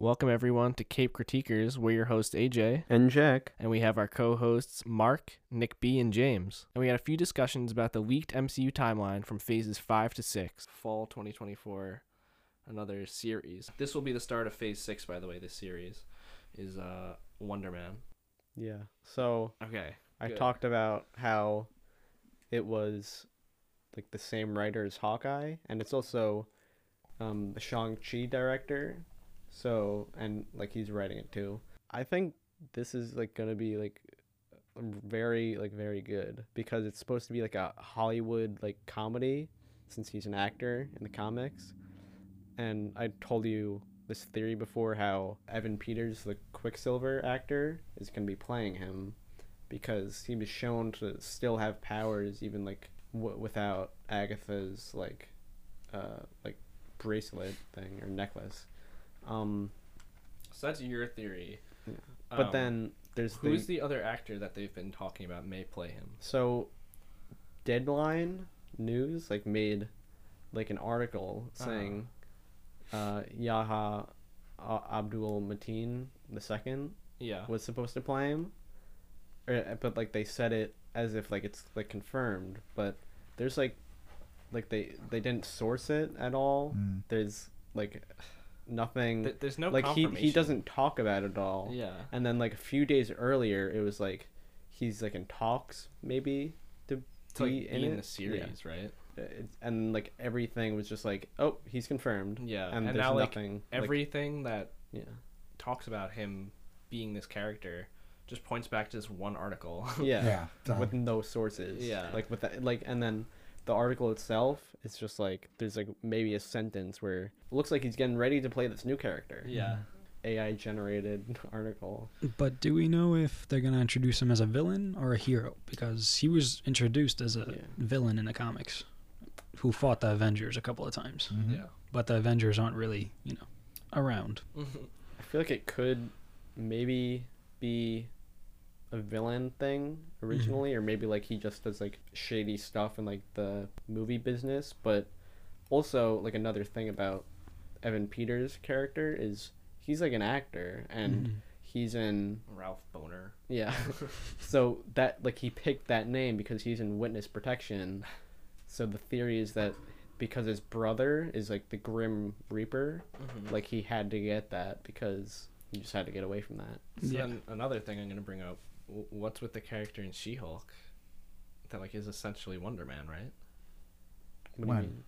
Welcome, everyone, to Cape Critiquers. We're your host, AJ, And Jack. and we have our co hosts, Mark, Nick B, and James. And we had a few discussions about the leaked MCU timeline from phases 5 to 6, fall 2024, another series. This will be the start of phase 6, by the way, this series is uh, Wonder Man. Yeah. So Okay. I Good. talked about how it was like the same writer as Hawkeye, and it's also um, the Shang Chi director. So and like he's writing it too. I think this is like gonna be like very like very good because it's supposed to be like a Hollywood like comedy since he's an actor in the comics. And I told you this theory before how Evan Peters, the Quicksilver actor, is gonna be playing him because he was shown to still have powers even like w- without Agatha's like uh like bracelet thing or necklace um So that's your theory. Yeah. but Um, then there's Who's the other actor that they've been talking about may play him? so deadline news like made like an article Uh-huh. saying uh Yaha uh, Abdul Mateen the second Yeah. was supposed to play him, Er, but like they said it as if like it's like confirmed. But there's like, like they they didn't source it at all. Mm. There's like nothing. Th- there's no like he he confirmation. doesn't talk about it at all. Yeah. And then like a few days earlier, it was like he's like in talks maybe to, To like, be be in, in it. the series, right? Yeah. Uh, It's- and like everything was just like oh he's confirmed. Yeah, And, and there's now, like, nothing. like- Everything that yeah. talks about him being this character just points back to this one article. Yeah. Yeah. done. with no sources. Yeah. Like with that, like, and then the article itself, it's just like there's like maybe a sentence where it looks like he's getting ready to play this new character. yeah. AI generated article. But do we know if they're going to introduce him as a villain or a hero? Because he was introduced as a Yeah. villain in the comics who fought the Avengers a couple of times. Mhm. But the Avengers aren't really, you know, around. Yeah. I feel like it could maybe be a villain thing originally, or maybe like he just does like shady stuff in like the movie business. But also, like another thing about Evan Peters' character is he's like an actor and he's in Ralph Boner. Yeah. so that like he picked that name because he's in witness protection. So the theory is that because his brother is like the Grim Reaper, Mm-hmm. like he had to get that because he just had to get away from that. So Yeah. then another thing I'm going to bring up w- what's with the character in She Hulk that like is essentially Wonder Man, right? What When? do you mean?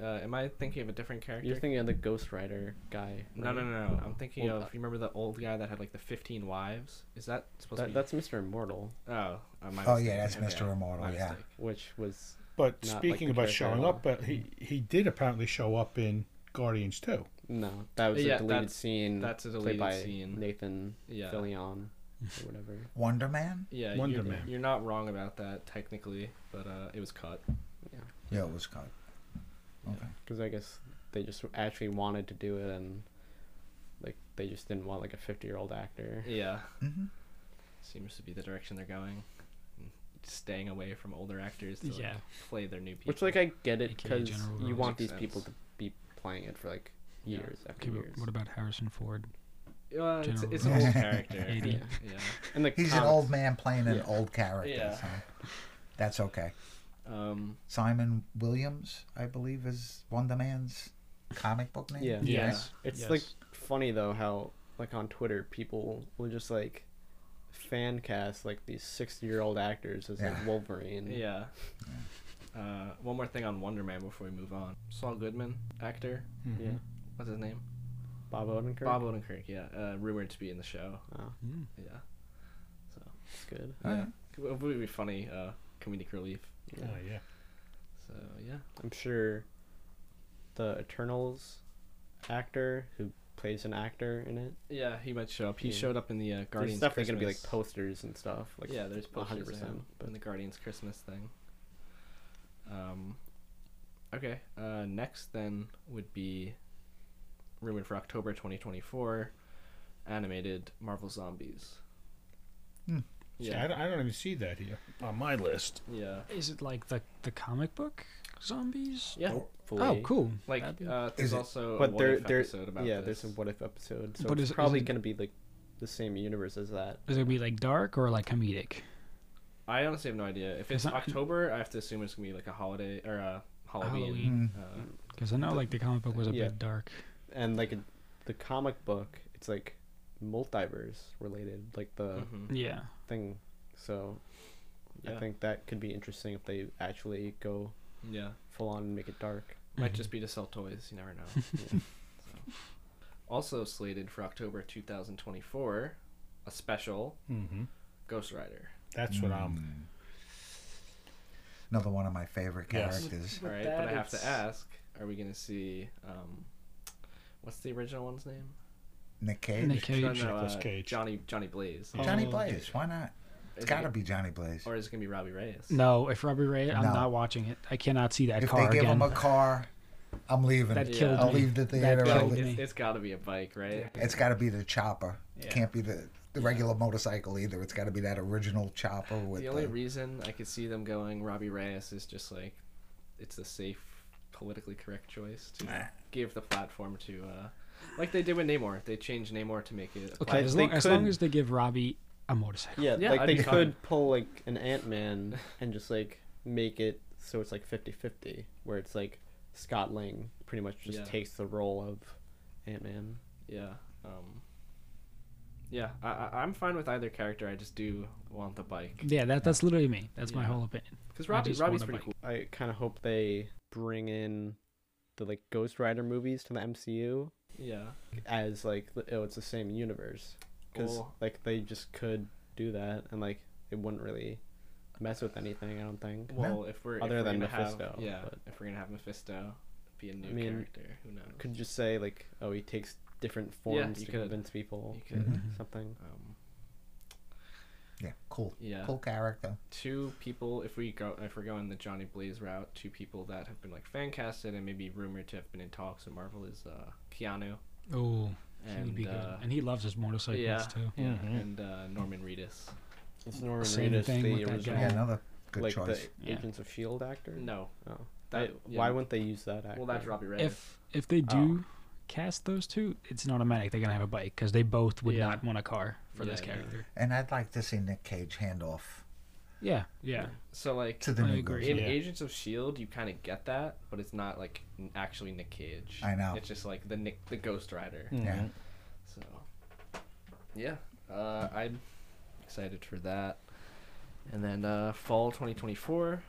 Uh, am I thinking of a different character? You're thinking of the Ghost Rider guy. no, no, no, no. I'm thinking of. Well, You remember the old guy that had like the 15 wives? Is that supposed That, to be? that's Mr. Immortal, Oh, uh, my Oh, mistake. yeah, that's Okay, Mr. Immortal, my yeah. mistake. which was But Not like speaking the about character showing at up, but he he did apparently show up in Guardians too. no, that was Yeah, a deleted that's- scene. that's a played deleted by scene. Nathan Yeah. Fillion or whatever. Wonder Man? Yeah, Wonder you're, Man. you're not wrong about that technically, but uh, it was cut. Yeah, it was cut. Okay. because I guess they just actually wanted to do it and like they just didn't want like a 50 year old actor. Yeah, hmm seems to be the direction they're going, staying away from older actors to like, Yeah. play their new people. Which like I get it AKA because General you Ross. want these Makes people to sense. be playing it for like Yeah. years after Okay, years. but what about Harrison Ford? uh, it's, General it's an old Ross. character. Eighty. yeah, Yeah. yeah. And like He's an comics- old man playing an Yeah. old character. Yeah. So that's okay. Um, Simon Williams, I believe, is Wonder Man's comic book name. Yeah. Yes. It's Yes. like funny though how like on Twitter people will just like fan cast like these 60 year old actors as Yeah. like Wolverine. yeah. Uh, one more thing on Wonder Man before we move on. Saul Goodman, actor. Yeah. What's his name? Bob Odenkirk. Bob Odenkirk. Yeah, uh, rumored to be in the show. Oh, Mm. Yeah, that's good. All right. it would be funny. Uh, comedic relief. Yeah. Oh yeah. So yeah. I'm sure the Eternals actor who plays an actor in it Yeah, he might show up. He Yeah. showed up in the uh, There's Guardians. definitely Christmas. gonna be like posters and stuff. Like yeah, there's a hundred posters of him but- in the Guardians Christmas thing. Um, okay. Uh, next then would be rumored for October 2024, animated Marvel Zombies. Hmm. Yeah. I, Yeah, don't, I don't even see that here on my list. yeah. Is it like the, the comic book? zombies? Yeah. Hopefully. Oh, cool. Like That'd be- uh, there's Is it- also a But what there, if there, episode about yeah, this. there's a what if episode, so But it's is- is probably it- gonna be like the same universe as that. Is it gonna be like dark or like comedic? I honestly have no idea. If it's It's not- October, I have to assume it's gonna be like a holiday or a Halloween. Halloween. Mm. Uh, Hmm. Because I know like the comic book was a Yeah. bit dark. And like the comic book, it's like multiverse related, like the mhm. Yeah. thing. So Yeah. I think that could be interesting if they actually go yeah. full on and make it dark. Mm-hmm. Might just be to sell toys. You never know. So. Also slated for October 2024, a special Mm-hmm. Ghost Rider. That's what I'm. Mm. Another one of my favorite Yes. characters. All With right, but I that, have to it's- ask: Are we gonna see? Um, what's the original one's name? Nick Cage. Nick Cage. No, no, Nicolas Cage. Johnny Johnny Blaze. Yeah. Johnny Oh, Blaze. Why not? It's Is it got to gonna- be Johnny Blaze. Or is it gonna be Robbie Reyes? No, if Robbie Ray, I'm No. not watching it. I cannot see that If they car give again. him a car, I'm leaving. that Yeah. killed I'll me. leave the That theater, I'll Well, killed leave- it's, me. it's got to be a bike, right? It's got to be the chopper. It Yeah. can't be the, the regular motorcycle either. It's got to be that original chopper with The the. only reason I could see them going Robbie Reyes is just like it's the safe, politically correct choice to Nah. give the platform to, uh, like they did with Namor. They changed Namor to make it. a Okay, I- plat- as they long, as long could- as they give Robbie a motorcycle. Yeah, Yeah, like I'd they be fine. could pull like an Ant Man and just like make it so it's like 50-50, where it's like Scott Lang pretty much just Yeah. takes the role of Ant Man. Yeah. Um, yeah, I, I, I'm fine with either character. I just do want the bike Yeah, that, that's literally me. That's my Yeah. whole opinion. because I Robbie just Robbie's want a pretty bike. cool. I kind of hope they bring in the like Ghost Rider movies to the MCU Yeah. as like oh it's the same universe because Well- like they just could do that and like it wouldn't really mess with anything. I don't think. Well, if we're Other if we're than gonna have- Mephisto, yeah. but- If we're gonna have Mephisto, be a new I mean, character. Who knows? Could just say like oh he takes different forms you to could. convince people You could. Mhm. something. Um, Yeah, cool. yeah. Cool character. two people if we go if we're going the Johnny Blaze route, two people that have been like fan casted and maybe rumored to have been in talks with Marvel is uh Keanu Oh, he and would be good. Mm-hmm. uh, and he loves his motorcycles yeah, too. yeah, Mhm. and uh, Norman Reedus. It's Norman Same Reedus, thing with the that original, guy. Yeah, another good like choice. the Yeah. Agents of Shield E actor. No. Oh. That- I- yeah. Why wouldn't they use that actor? Well that's Robbie Ray. If if they Oh. do cast those two, it's an automatic. They're gonna have a bike because they both would Yeah. not want a car for this Yeah, yeah. character. And I'd like to see Nick Cage hand off Yeah, yeah. so like to the I new agree. in Yeah. Agents of Shield E you kinda get that, but it's not like n- actually Nick Cage. I know. It's just like the Nick the Ghost Rider. Yeah. So yeah. Uh, I'm excited for that. And then uh, fall 2024.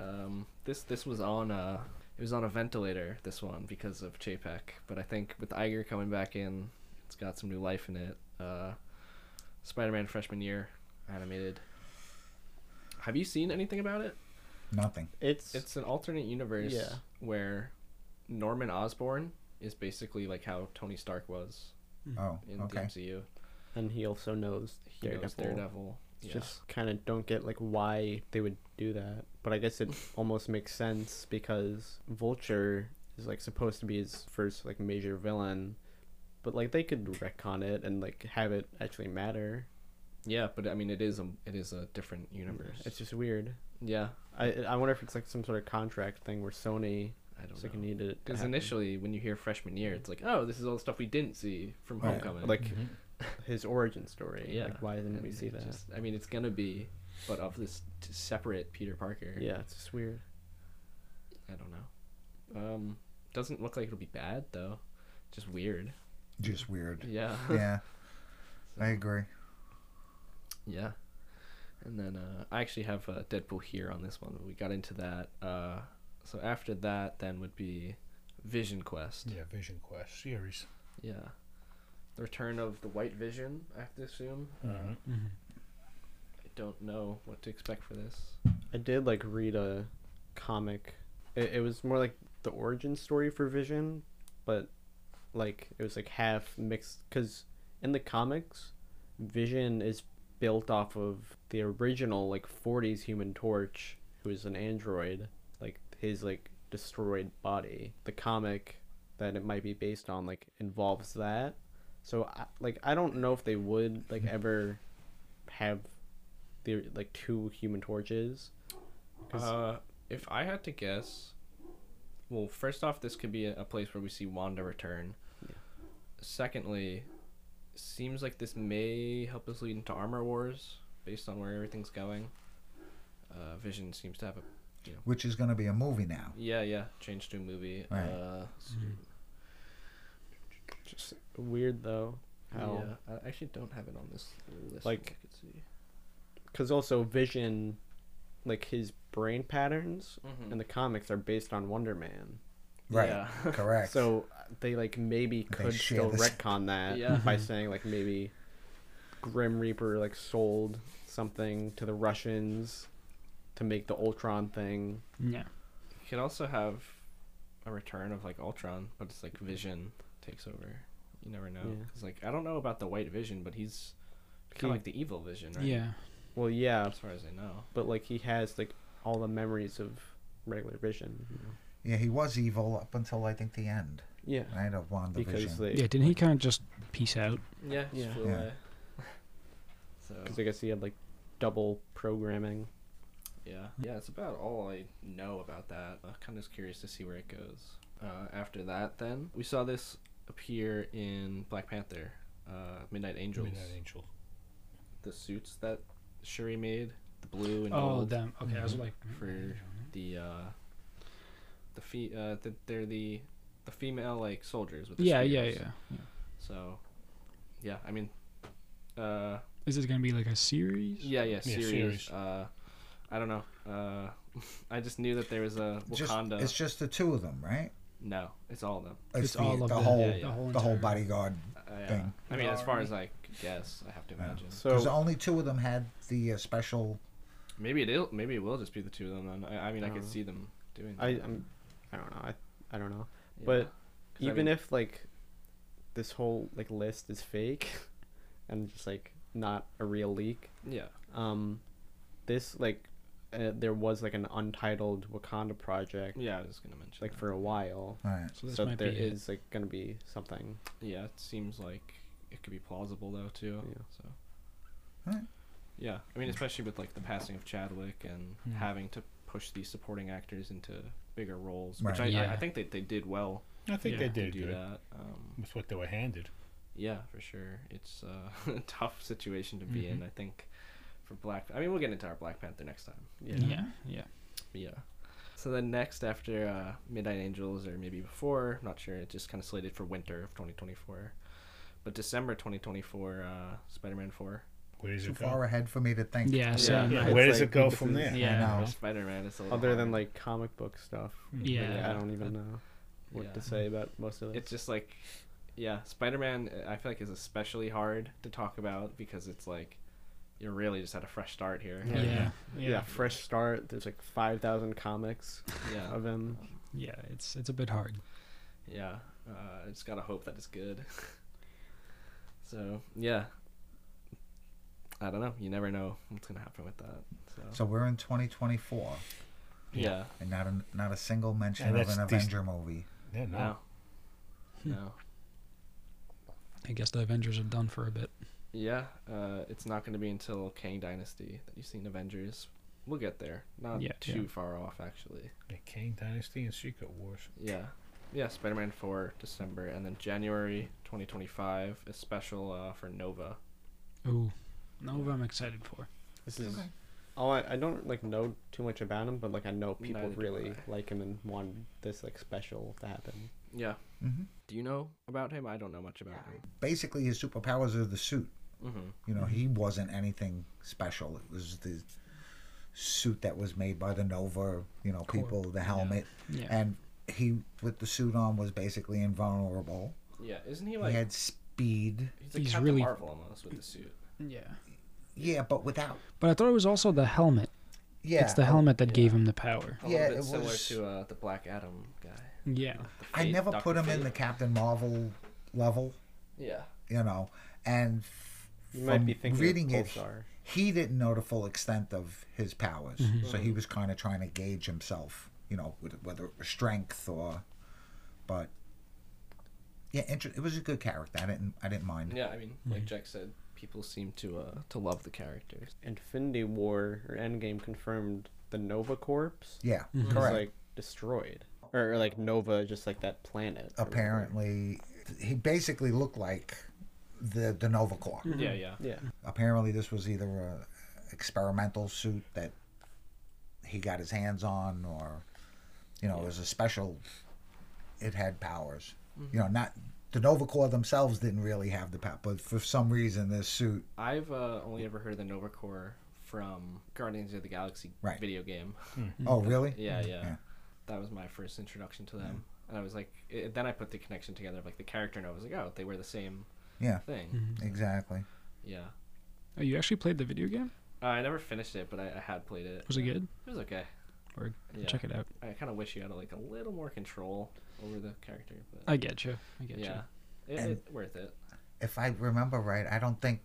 Um, this this was on uh it was on a ventilator this one because of JPEG, but I think with Iger coming back in, it's got some new life in it. Uh, Spider-Man freshman year animated. Have you seen anything about it? Nothing. It's It's an alternate universe Yeah. where Norman Osborn is basically like how Tony Stark was Oh, in the okay. MCU. and he also knows He Daredevil. knows Daredevil. It's Yeah. Just kind of don't get like why they would do that, but I guess it almost makes sense because Vulture is like supposed to be his first like major villain, but like they could retcon it and like have it actually matter. yeah, but I mean, it is a it is a different universe. It's just weird. yeah, I I wonder if it's like some sort of contract thing where Sony I don't is like know. needed it to Because happen. initially, when you hear freshman year, it's like, oh, this is all the stuff we didn't see from Right. Homecoming. like his origin story. Mm-hmm. yeah, Like why didn't and we see it that? just- I mean, it's gonna be, but of this t- separate Peter Parker. Yeah, it's just weird. I don't know. Um, doesn't look like it'll be bad though. Just weird. Just weird. Yeah. Yeah, So, I agree. Yeah. And then uh, I actually have uh, Deadpool here on this one. But we got into that. Uh, so after that, then would be Vision Quest. Mm. Yeah, Vision Quest series. Yeah. The return of the White Vision, I have to assume. Mhm. Mhm. I don't know what to expect for this. I did like read a comic. It, it was more like the origin story for Vision, but like it was like half mixed because in the comics, Vision is built off of the original like '40s Human Torch, who is an android, like his like destroyed body. The comic that it might be based on like involves that. So I, like I don't know if they would like ever have the like two Human Torches. 'Cause- Uh, if I had to guess, well, first off, this could be a, a place where we see Wanda return. Secondly, seems like this may help us lead into Armor Wars based on where everything's going. Uh, Vision seems to have a which is going to be a movie now. yeah, yeah, change to a movie. Right. Uh, Just weird though, how Yeah, I actually don't have it on this list. Like- I could see. because also Vision, like his brain patterns Mhm. in the comics are based on Wonder Man. Right. Yeah. Correct. So uh, they like maybe They could share still this- Mm-hmm. retcon that Yeah. by saying like maybe Grim Reaper like sold something to the Russians to make the Ultron thing. Yeah. You could also have a return of like Ultron, but it's like Vision takes over. You never know. Yeah. 'Cause, like I don't know about the White Vision, but he's kind He- of like the evil Vision, right? Yeah. Well, yeah, As far as I know. but like he has like all the memories of regular Vision. You know? yeah, he was evil up until I think the end, Yeah, right? Of WandaVision. because they Yeah, didn't he kind of just peace out? Yeah. just Yeah. flew Yeah. away. so because I guess he had like double programming. yeah, yeah, it's about all I know about that. I'm kind of curious to see where it goes. Uh, after that, then we saw this appear in Black Panther, uh, Midnight Angels. Midnight Angel. The suits that Shuri made, the blue and Oh, gold. them. Okay, I Mm-hmm. was like, for the uh the fe- uh the, they're the the female like soldiers with the yeah, yeah, yeah, spears. yeah. so yeah i mean uh Is this gonna be like a series? yeah yeah series, series. uh i don't know uh i just knew that there was a Just- wakanda it's just the two of them, right? no it's all of them It's, It's all of the them, whole yeah, yeah. the whole, the whole entire- bodyguard. uh, yeah. Thing. i mean as far as i could guess i have to imagine Because So only two of them had the uh, special. maybe it'll maybe it will just be the two of them then i, I mean i, could Uh, see them doing I that. I'm, I don't know. I I don't know. but 'Cause I even mean- if like this whole like list is fake and just like not a real leak yeah um this like uh, there was like an untitled wakanda project yeah i was gonna mention like that. for a while uh, All right. So this so might there be is like gonna be something Yeah, it seems like it could be plausible though too. Yeah. So. Alright. Yeah, I mean, especially with like the passing of Chadwick and Mm. having to push these supporting actors into bigger roles, which Right. I, I, I Yeah. think they, they did well I think Yeah, they to did do good that. Um, with what they were handed. yeah, for sure. It's uh, a tough situation to be in. I think for Black. I mean, we'll get into our Black Panther next time. Yeah, yeah, yeah. yeah. Yeah. So then next after uh, Midnight Angels or maybe before, not sure, it's just kind of slated for winter of 2024. But December 2024, uh, Spider-Man 4. Where does Too it far go? ahead for me to think. Yeah, same. Yeah, Yeah. it's Where does like, it go this from is- there? Yeah. I know. Spider-Man is a little other than hard. like comic book stuff Yeah. like, i don't even know what Yeah. to say about most of it it's just like yeah, Spider-Man uh, I feel like is especially hard to talk about because it's like you really just had a fresh start here. Yeah. Yeah. yeah, fresh start there's like 5000 comics Yeah. of him It's it's a bit hard. Yeah, uh, I just gotta hope that it's good. so yeah, I don't know. You never know what's gonna happen with that. So, So we're in 2024, yeah, and not a, not a single mention And of an that's these- Avenger movie. Yeah, no. no, no, I guess the Avengers are done for a bit. yeah. Uh, it's not gonna be until Kang Dynasty that you've seen Avengers. We'll get there. Not Yeah, too yeah. far off, actually. Yeah, Kang Dynasty and Secret Wars. Yeah, yeah. Spider-Man Four December, and then January 2025 a special uh, for Nova. Ooh, Nova, I'm excited for. This is all I, I don't like know too much about him, but like I know people Neither do really I. like him and want this like special to happen. Yeah. hmm Do you know about him? I don't know much about Basically, his superpowers are the suit. him. hmm You know, Mm-hmm. he wasn't anything special. It was the suit that was made by the Nova, you know, people, the helmet, Yeah. and he with the suit on was basically invulnerable. Yeah, isn't he he like had speed. He's, like He's Captain really- Marvel almost with the suit. yeah. Yeah, but without. But I thought it was also the helmet. Yeah, it's the I- helmet that yeah. gave him the power. A Yeah, little bit it similar was- to uh, the Black Adam guy. Yeah. The I Fate- never Dr. put him in the Fate. Captain Marvel level, Yeah. you know, and f- You might be from thinking reading of it, Pulsar. he didn't know the full extent of his powers, so he was kind of trying to gauge himself, you know, with- whether it was strength or, but yeah, inter- it was a good character. I didn't, I didn't mind. Yeah, I mean, like Mm-hmm. Jack said, people seem to uh, to love the characters. Infinity War or Endgame confirmed the Nova Corpse Yeah, was correct. like destroyed, or, or, like Nova, just like that planet. or whatever. Apparently, he basically looked like the the Nova Corps. Yeah, yeah. Yeah. Apparently, this was either a experimental suit that he got his hands on, or you know, it was a special. It had powers. You know, not the Nova Corps themselves didn't really have the power, but for some reason, this suit. I've uh, only ever heard of the Nova Corps from Guardians of the Galaxy Right. video game. Oh, Mm-hmm. really? Yeah, yeah, Yeah. That was my first introduction to them, and I was like, it, then I put the connection together of like the character, and I was like, oh, they wear the same Yeah, thing. exactly. Yeah. Oh, you actually played the video game? Uh, I never finished it, but I, I had played it. Was it good? It was okay. Or Yeah. check it out. I kind of wish you had like a little more control over the character, but I get you. I get yeah, it, And- it- worth it. If I remember right, I don't think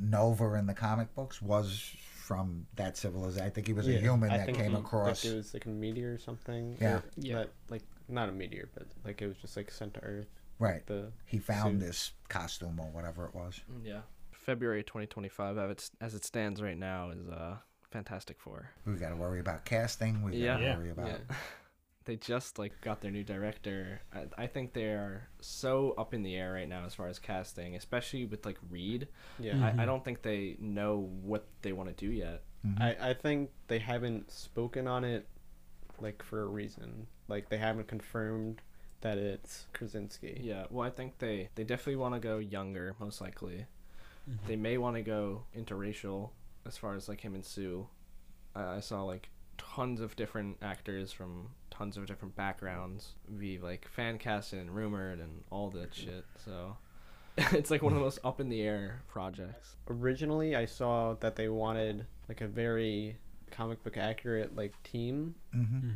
Nova in the comic books was from that civilization. I think he was a human I that think came he- across. Like, it was like a meteor or something. Yeah. or Yeah. that- like not a meteor, but like it was just like sent to Earth. Right. The He found suit. this costume or whatever it was. Mm, Yeah. February 2025, as it, as it stands right now, is uh Fantastic Four. We got to worry about casting. We Yeah. got to Yeah. worry about. Yeah. They just like got their new director. I, I think they are so up in the air right now as far as casting, especially with like Reed. Yeah. I, I don't think they know what they want to do yet. Mm-hmm. I, I think they haven't spoken on it like for a reason. Like they haven't confirmed that it's Krasinski. Yeah, well, I think they they definitely want to go younger, most likely. They may want to go interracial as far as like him and Sue. I, I saw like tons of different actors from tons of different backgrounds be like fan casted and rumored and all that shit. So it's like one of the most up in the air projects. Originally, I saw that they wanted like a very comic book accurate like team, hmm Mm-hmm.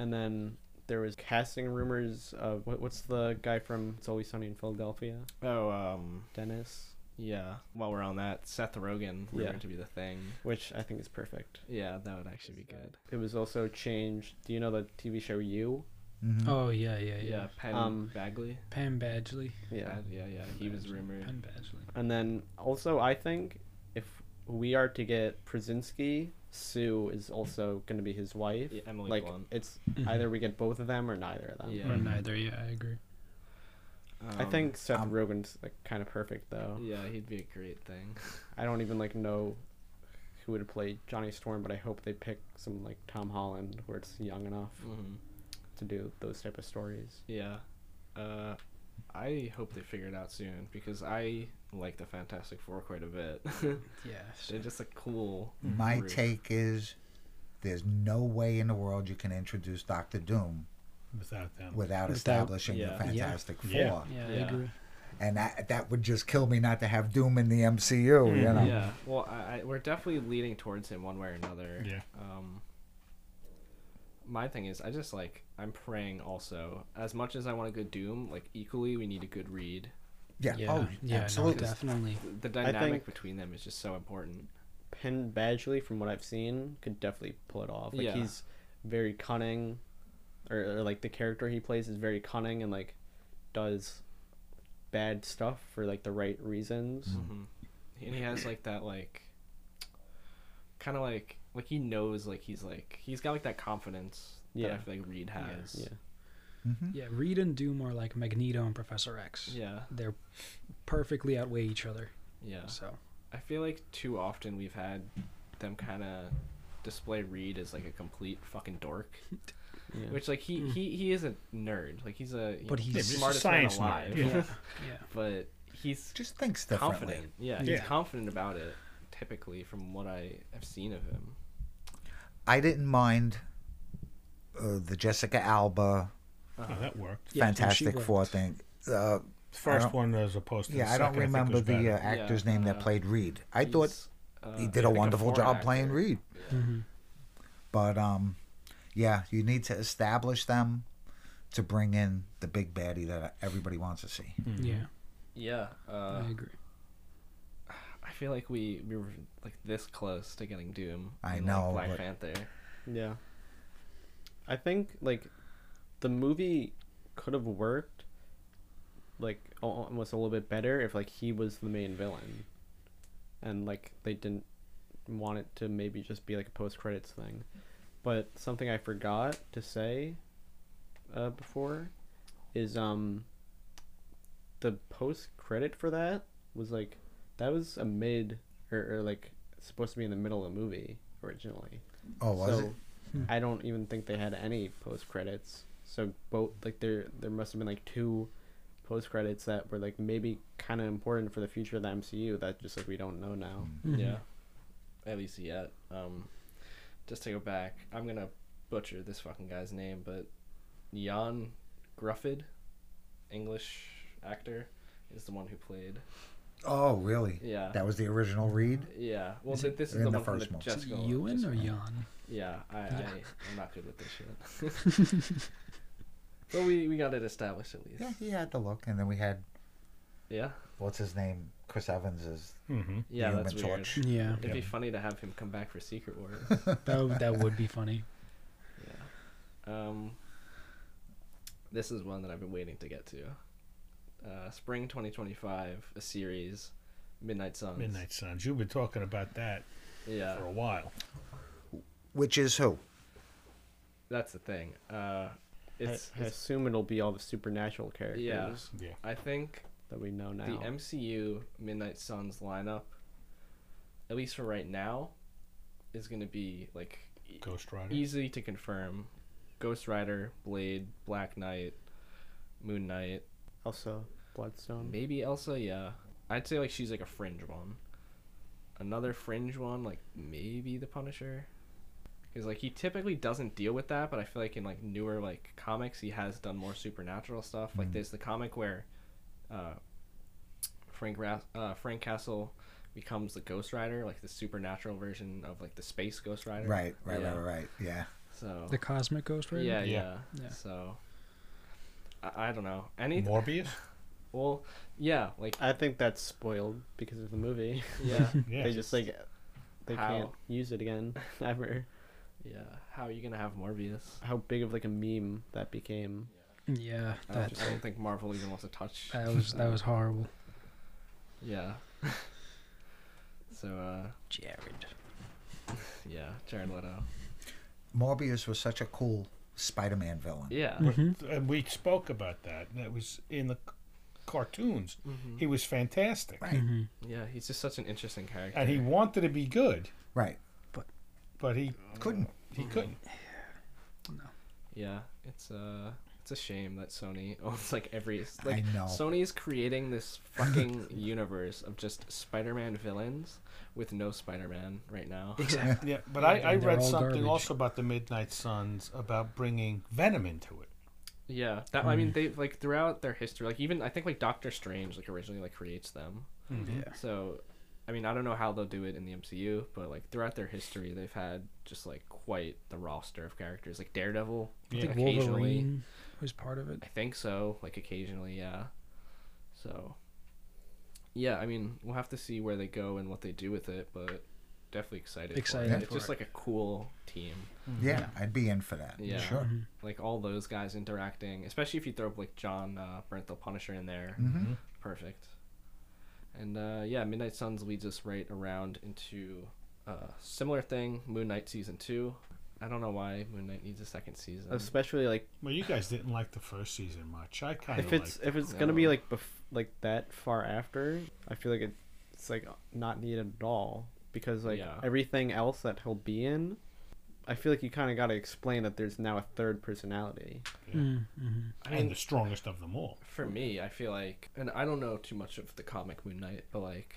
and then there was casting rumors of what, what's the guy from It's Always Sunny in Philadelphia, Oh, um, Dennis, yeah. While we're on that, Seth Rogen rumored Yeah. to be the thing. which I think is perfect. Yeah, that would actually be good. It was also changed. Do you know the TV show You? Mm-hmm. you. Oh yeah, yeah, yeah. Yeah, Penn Um, Bagley. Pam Badgley. Yeah. Bad- yeah, yeah. He was Badgley. rumored. Penn Badgley. And then also, I think if we are to get Przinski, Sue is also going to be his wife. Yeah, Emily like Blunt. it's either we get both of them or neither of them. Yeah. Mm-hmm. Or neither. Yeah, I agree. I Um, think Seth Um, Rogen's like kind of perfect though. Yeah, he'd be a great thing. I don't even like know who would play Johnny Storm, but I hope they pick some like Tom Holland where it's young enough hmm to do those type of stories. Yeah. Uh, I hope they figure it out soon because I like the Fantastic Four quite a bit. Yeah. They're just a cool. My group. take is, there's no way in the world you can introduce Doctor Doom without them. without Without- establishing yeah. the Fantastic Yeah. Four, Yeah, Yeah. I agree. and that that would just kill me not to have Doom in the MCU. You Mm-hmm. know, Yeah. Well, I, I, we're definitely leaning towards him one way or another. Yeah. Um. My thing is, I just like I'm praying also. As much as I want a good Doom, like equally we need a good read. yeah, Yeah. oh, yeah, no, absolutely. definitely. The dynamic think- between them is just so important. Penn Badgley, from what I've seen, could definitely pull it off. Like Yeah. he's very cunning, or, or like the character he plays is very cunning and like does bad stuff for like the right reasons. Mm. and he has like that like kind of like like he knows like he's like he's got like that confidence that I Yeah. feel like Reed has. Yeah, Mm-hmm. Yeah, Reed and Doom are like Magneto and Professor X. Yeah. They're perfectly outweigh each other. Yeah. So I feel like too often we've had them kind of display Reed as like a complete fucking dork, yeah. which like Hmm. he he he is a nerd. Like he's a But he's- Yeah, but he's a smartest science nerd, man alive. yeah. yeah. But he's Just thinks differently. confident. Yeah, he's Yeah. confident about it. Typically, from what I have seen of him. I didn't mind uh, the Jessica Alba Uh-huh. Oh, that worked. Yeah, so she Fantastic worked. Four thing. Uh, First don't- one as opposed to yeah, the I don't second, think, remember was the uh, better. actor's Yeah, name uh, that played Reed. I thought He's, he uh, did I a think wonderful foreign job actor. playing Reed. Mm-hmm. But um, yeah, you need to establish them to bring in the big baddie that everybody wants to see. Hmm. Yeah. Yeah, Mm-hmm. uh, I agree. I feel like we we were like this close to getting Doom. I and, know, Like Black but- Panther. Yeah. I think like the movie could have worked like al- almost a little bit better if like he was the main villain. And like they didn't want it to maybe just be like a post credits thing. But something I forgot to say uh, before is um the post credit for that was like that was a mid or, or like supposed to be in the middle of the movie originally. Oh, was so it? I don't even think they had any post credits. So both like there there must have been like two post credits that were like maybe kind of important for the future of the MCU that just like we don't know now. Hmm. Mm-hmm. Yeah. At least yet. Um, just to go back, I'm gonna butcher this fucking guy's name, but Jan Gruffid, English actor, is the one who played. Oh, really? Yeah. That was the original read. Yeah. Well, Is th- this is in the, the one from first the one? Is it Jessica. Ewan or Jessica- Jan? Yeah, I, I Yeah. I'm not good with this shit. but we we got it established at least. Yeah, he had the look, and then we had Yeah. what's his name, Chris Evans as Mm-hmm. Yeah, Human that's weird. Torch. Yeah, It'd be Yeah. funny to have him come back for Secret Wars. that would, that would be funny. Um, this is one that I've been waiting to get to. Uh, Spring 2025, a series, Midnight Suns. Midnight Suns. You've been talking about that Yeah, for a while. which is who? that's the thing. Uh, I- it's, I, it's assume it'll be all the supernatural characters Yeah. I think that we know now. the MCU Midnight Suns lineup, at least for right now, is going to be like e- Ghost Rider. easy to confirm. Ghost Rider, Blade, Black Knight, Moon Knight, also Bloodstone. Maybe Elsa, yeah. I'd say like she's like a fringe one. Another fringe one, like maybe the Punisher. Because like he typically doesn't deal with that, but I feel like in like newer like comics he has done more supernatural stuff. Like Mm-hmm. there's the comic where uh, Frank Ra- uh, Frank Castle becomes the Ghost Rider, like the supernatural version of like the space Ghost Rider. Right, right, Yeah. right, right, right. Yeah. So The Cosmic Ghost Rider. yeah, yeah, Yeah. Yeah. So I, I don't know. Any Morbius. well, yeah, like I think that's spoiled because of the movie. yeah. Yeah. they just like they How? can't use it again ever. Yeah, how are you gonna have Morbius? How big of like a meme that became. yeah. I That don't, I don't think Marvel even wants to touch. that was that was horrible. Yeah. so, uh, Jared. yeah, Jared Leto. Morbius was such a cool Spider-Man villain. Yeah. Mm-hmm. And we spoke about that. That was in the c- cartoons. Mm-hmm. He was fantastic, Right, Mm-hmm. Yeah, he's just such an interesting character. and he wanted to be good, right. but he Couldn't. he couldn't. Yeah, it's uh it's a shame that Sony owns like every it's like know. Sony is creating this fucking universe of just Spider-Man villains with no Spider-Man right now. Exactly. Yeah, but I, I And they're read all something garbage. also about the Midnight Suns about bringing Venom into it. Yeah, that I mean they like throughout their history, like even I think like Doctor Strange like originally like creates them. Yeah. So, I mean, I don't know how they'll do it in the MCU, but like throughout their history, they've had just like quite the roster of characters, like Daredevil. Yeah. I think Wolverine was part of it. I think so. Like occasionally, yeah. So, yeah. I mean, we'll have to see where they go and what they do with it, but definitely excited. Excited For it. It's for just it. like a cool team. Yeah, I'd be in for that. Mm-hmm. Yeah. Sure. Like all those guys interacting, especially if you throw like John uh, Bernthal Punisher in there. Perfect. And uh, yeah, Midnight Suns leads us right around into a similar thing, Moon Knight season two. I don't know why Moon Knight needs a second season. Especially like Well, you guys didn't like the first season much. I kind of if liked it's if it's gonna be No. like bef- like that far after, I feel like it- it's like not needed at all because like Yeah. everything else that he'll be in, I feel like you kind of got to explain that there's now a third personality. Mm-hmm. I and mean, the strongest of them all. for me, I feel like, and I don't know too much of the comic Moon Knight, but like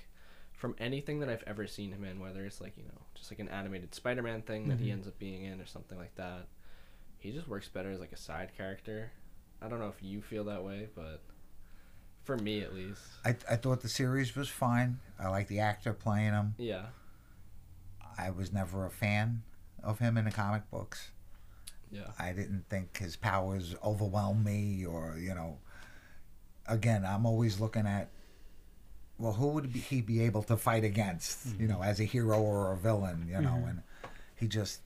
from anything that I've ever seen him in, whether it's like you know just like an animated Spider-Man thing that Mm-hmm. he ends up being in or something like that, he just works better as like a side character. I don't know if you feel that way, but for me at least, I, I thought the series was fine. I like the actor playing him. yeah, I was never a fan of him in the comic books. yeah, I didn't think his powers overwhelm me or, you know, again, I'm always looking at, well, who would be, he be able to fight against, you know, as a hero or a villain, you know, and he just,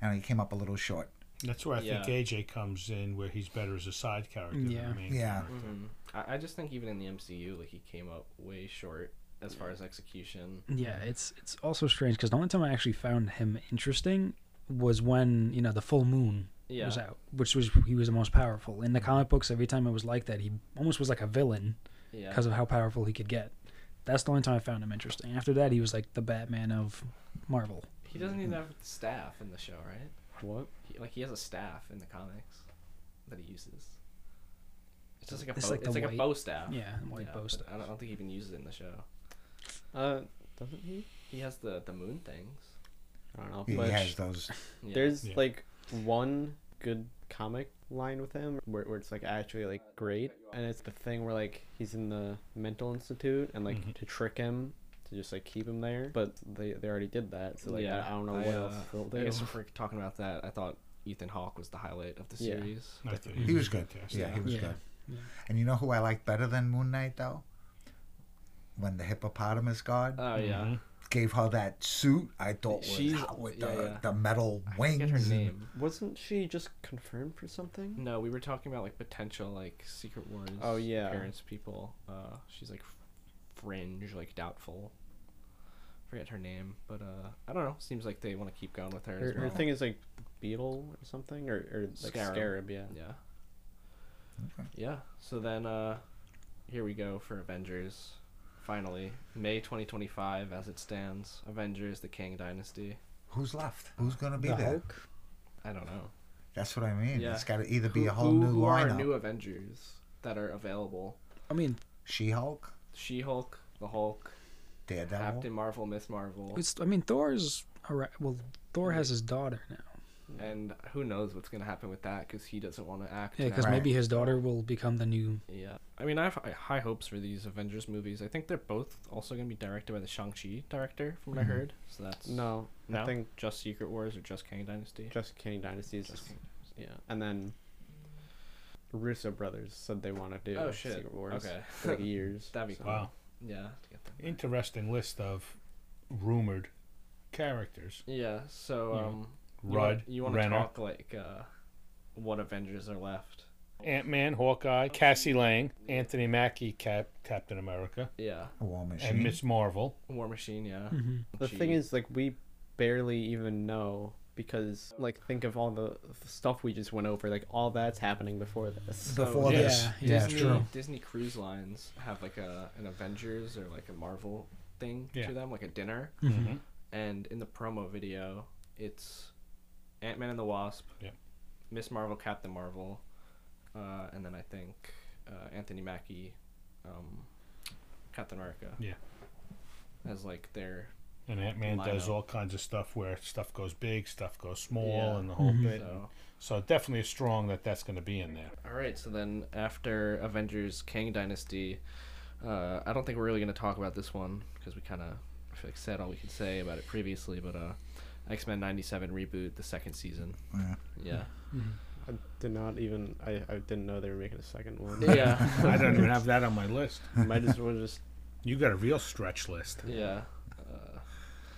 you know, he came up a little short. That's where I Yeah. think AJ comes in, where he's better as a side character. Than Yeah. the main Yeah. Mm-hmm. I, I just think even in the MCU, like he came up way short as far as execution. Yeah, it's it's also strange because the only time I actually found him interesting was when you know the full moon Yeah. was out, which was he was the most powerful in the comic books. Every time it was like that, he almost was like a villain Yeah. because of how powerful he could get. That's the only time I found him interesting. After that, he was like the Batman of Marvel. He doesn't Mm-hmm. even have staff in the show, right? What? He, like he has a staff in the comics that he uses. It's just like a It's bow, like the it's like a white- bow staff. Yeah, and white Yeah, bow but stuff. I don't, I don't think he even uses it in the show. Uh, doesn't he? He has the the moon things. I don't know. He But has those. Yeah. there's Yeah. like one good comic line with him where, where it's like actually like great, and it's the thing where like he's in the mental institute and like Mhm. to trick him to just like keep him there, but they they already did that, so like yeah. I, I don't know what uh, else they'll I do. guess if we're talking about that, I thought Ethan Hawke was the highlight of the Yeah. series. I thought He was good. fantastic. Yeah, he was Yeah. good. Yeah. And you know who I like better than Moon Knight though? When the hippopotamus god Oh yeah. Mhm. gave her that suit, I thought was She's- hot with yeah, the, yeah. the metal I wings. forget her and- name. Wasn't she just confirmed for something? No, we were talking about like potential like Secret Wars. Oh, yeah. Appearance people. Uh, she's like f- fringe, like doubtful. Forget her name, but uh, I don't know. Seems like they want to keep going with her. Her, as her well. thing is like beetle or something, or, or like Scarab. scarab. yeah. Yeah. Okay. Yeah. So then, uh, here we go for Avengers. Finally, May 2025, as it stands, Avengers: The Kang Dynasty. Who's left? Who's gonna be The there? Hulk. I don't know. That's what I mean. Yeah. It's got to either be a whole who, new who are lineup. new Avengers that are available? I mean, She-Hulk, She-Hulk, the Hulk, Daredevil. Captain Marvel, Miss Marvel. it's, I mean Thor's. alri- Well, Thor has his daughter now. and who knows what's gonna happen with that because he doesn't want to act. Yeah, because now. Right. maybe his daughter will become the new. yeah. I mean, I have hi- high hopes for these Avengers movies. I think they're both also gonna be directed by the Shang Chi director, from what Mm-hmm. I heard. So that's No, no, I think just Secret Wars or just Kang Dynasty. just King Dynasty is Just just- Kang. yeah, and then Russo brothers said they want to do Oh, shit. Secret Wars Okay. for like years. That'd be cool. Wow. Yeah. to get them. Interesting list of rumored characters. Yeah. So Yeah. um, Rudd, you want to Renner. talk like uh, what Avengers are left? Ant Man, Hawkeye, Cassie Lang, Anthony Mackie, Cap, Captain America, Yeah. a War Machine. and Miss Marvel. War Machine. Yeah. Mhm. The Shang-Chi. thing is, like, we barely even know because, like, think of all the stuff we just went over. Like, all that's happening before this. Oh, Before Yeah, this, yeah, yeah, it's Disney, true. Disney Cruise Lines have like a an Avengers or like a Marvel thing Yeah. to them, like a dinner. Mhm. And in the promo video, it's Ant Man and the Wasp, Yep. Miss Marvel, Captain Marvel, uh, and then I think uh, Anthony Mackie, um, Captain America. Yeah. As like their And Ant Man does Lineup. all kinds of stuff where stuff goes big, stuff goes small, Yeah. and the whole bit. so. So definitely strong that that's going to be in there. All right, so then after Avengers Kang Dynasty, uh, I don't think we're really going to talk about this one because we kind of like said all we could say about it previously. But uh, X Men '97 reboot, the second season. Yeah. Yeah. I did not even. I, I didn't know they were making a second one. Yeah. I don't even have that on my list. Might as well just. You got a real stretch list. yeah.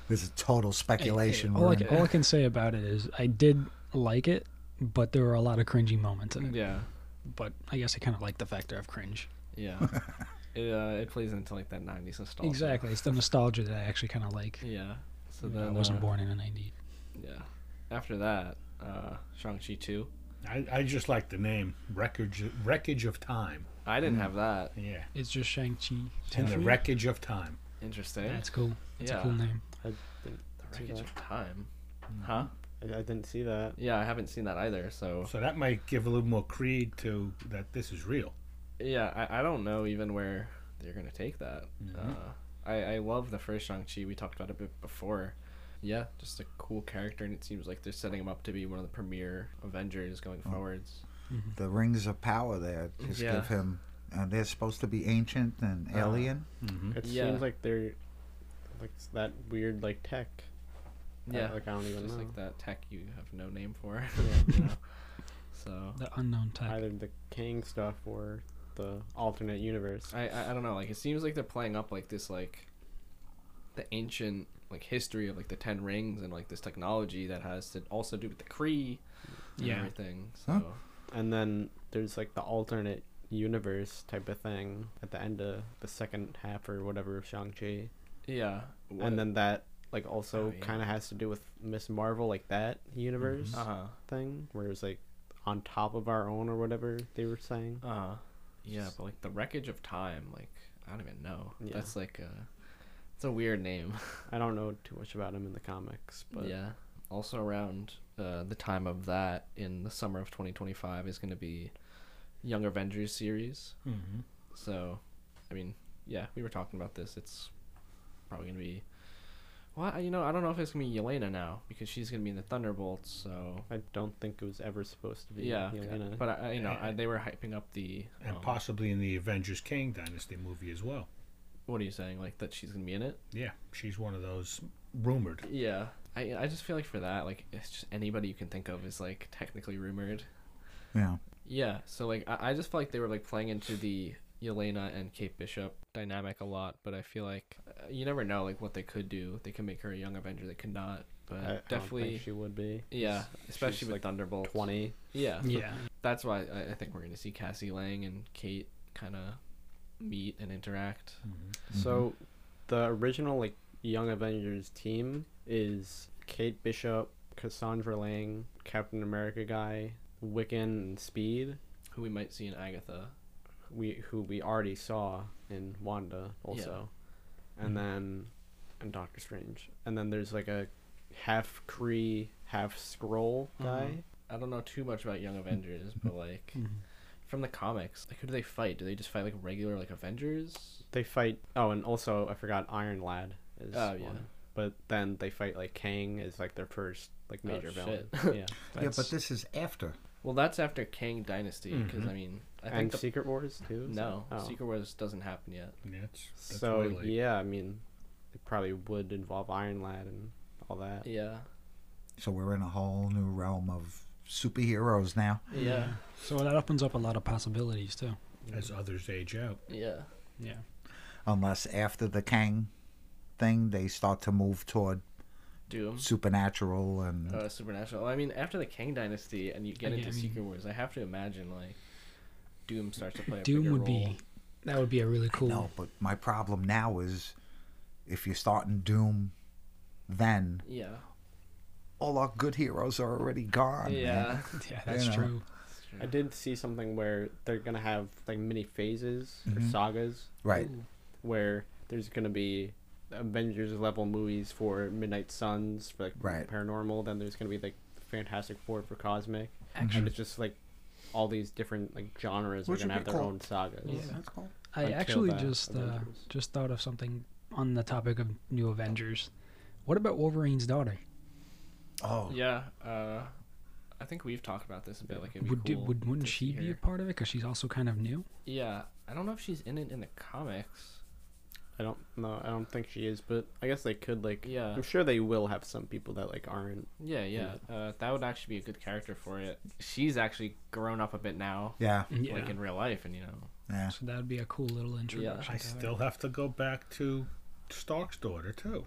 This is total speculation. All I, we're in. all I can say about it is I did like it, but there were a lot of cringy moments in it. Yeah. But I guess I kind of like the factor of cringe. Yeah. it uh, it plays into like that '90s nostalgia. Exactly. It's the nostalgia that I actually kind of like. Yeah. So You know, then I wasn't uh, born in the 90s. Yeah. After that, uh, Shang Chi two. I, I just like the name wreckage wreckage of time. I didn't have that. Yeah, It's just Shang-Chi. and the wreckage of time. Interesting. That's cool. That's Yeah. a cool name. the wreckage of time. Huh? I, I didn't see that. Yeah, I haven't seen that either. So So that might give a little more creed to that this is real. Yeah, I, I don't know even where they're gonna take that. Mhm. Mm-hmm. Uh, I I love the first Shang Chi. We talked about it a bit before. Yeah, just a cool character, and it seems like they're setting him up to be one of the premier Avengers going Mm. forwards. the rings of power there just Yeah. give him. And they're supposed to be ancient and Uh, alien. Mm-hmm. It Yeah. seems like they're. Like it's that weird, like, tech. I- Yeah, like, I don't even just know. like that tech you have no name for. Yeah. you know? So The unknown type. Either the Kang stuff or the alternate universe. I, I I don't know. Like it seems like they're playing up like this like the ancient like history of like the Ten Rings and like this technology that has to also do with the Kree and Yeah. everything. So. Huh? And then there's like the alternate universe type of thing at the end of the second half or whatever of Shang Chi. Yeah, what- And then that like also Oh, yeah. kind of has to do with Miss Marvel, like that universe Uh huh. thing, where it was like on top of our own or whatever they were saying. Uh huh. Yeah, but like the wreckage of time, like I don't even know. Yeah. That's like a, it's a weird name. I don't know too much about him in the comics, but Uh-huh. yeah. Also around uh, the time of that in the summer of 2025 is going to be Young Avengers series. Mm-hmm. So, I mean, yeah, we were talking about this. It's probably going to be. Well, I- you know, I don't know if it's going to be Yelena now because she's going to be in the Thunderbolts. So I don't think it was ever supposed to be. yeah, Yelena. but I, I- you know, I, they were hyping up the. And Oh. um, possibly in the Avengers King Dynasty movie as well. what are you saying? Like that she's going to be in it? Yeah, she's one of those rumored. Yeah, I I just feel like for that, like it's just anybody you can think of is like technically rumored. Yeah. Yeah, so like I, I just feel like they were like playing into the Yelena and Kate Bishop dynamic a lot, but I feel like uh, you never know like what they could do. They could make her a young Avenger, they could not, but I- I don't definitely think she would be. yeah, especially she's, with like, Thunderbolt. Twenty. Yeah, Yeah. that's why I, I think we're gonna see Cassie Lang and Kate kind of meet and interact. Hmm. Mm-hmm. So, the original like Young Avengers team is Kate Bishop, Cassandra Lang, Captain America guy, Wiccan, and Speed. Who we might see in Agatha. We who we already saw in Wanda also, and Mm-hmm. then and Doctor Strange, and then there's like a half Kree, half Scroll Mm-hmm. guy. I don't know too much about Young Avengers, but like from the comics, like who do they fight? Do they just fight like regular like Avengers? They fight. Oh, and also I forgot Iron Lad is Oh, one. yeah. But then they fight like Kang is like their first like Oh, major villain. shit. Yeah. Yeah, but That's- this is after. Well, that's after Kang Dynasty, because I mean, I think Mm-hmm. and the, Secret Wars too. is no it? Oh. Secret Wars doesn't happen yet. Yeah, it's, that's so way late. yeah, I mean, it probably would involve Iron Lad and all that. Yeah, So we're in a whole new realm of superheroes now. yeah, So that opens up a lot of possibilities too. As others age out. yeah. Yeah. Unless after the Kang thing, they start to move toward Doom, supernatural and uh, Supernatural. I mean, after the Kang Dynasty, and you get Yeah, into I mean- Secret Wars, I have to imagine like Doom starts to play a Doom bigger would role. be that would be a really cool. no. But my problem now is, if you're starting Doom, then Yeah, all our good heroes are already gone. man. yeah. Yeah, that's know. true. That's I true. did see something where they're gonna have like mini phases Mm-hmm. or sagas Right. where there's gonna be Avengers level movies for Midnight Suns for like Right. paranormal. Then there's gonna be like Fantastic Four for cosmic, and it's just like all these different like genres Which are gonna would have be their cool. own sagas. Yeah. That's cool. I Until actually the just uh, Avengers. just thought of something on the topic of new Avengers. What about Wolverine's daughter? Oh, Yeah, uh, I think we've talked about this a bit. Like, it'd be Would do- cool would wouldn't to she see be a her. part of it? Because she's also kind of new. Yeah, I don't know if she's in it in the comics. I don't know. I don't think she is, but I guess they could like. Yeah. I'm sure they will have some people that like aren't. Yeah, yeah. Uh, that would actually be a good character for it. She's actually grown up a bit now, yeah, like in real life, and you know. yeah. So that would be a cool little introduction. I to her. still have to go back to Stark's daughter too.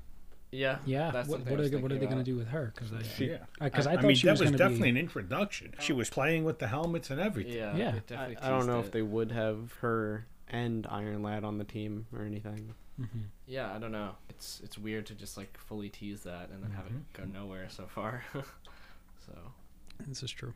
Yeah. Yeah. what, something what I are was they, what are thinking they gonna about. do with her? Because She, I, yeah. because I, I thought mean, she that was, was, gonna definitely be. an introduction. She was playing with the helmets and everything. Yeah. Yeah. they I- definitely I, I don't teased know if it. they would have her and Iron Lad on the team or anything. Mhm. Yeah, I don't know. It's it's weird to just like fully tease that and then have it go nowhere so far. so This is true.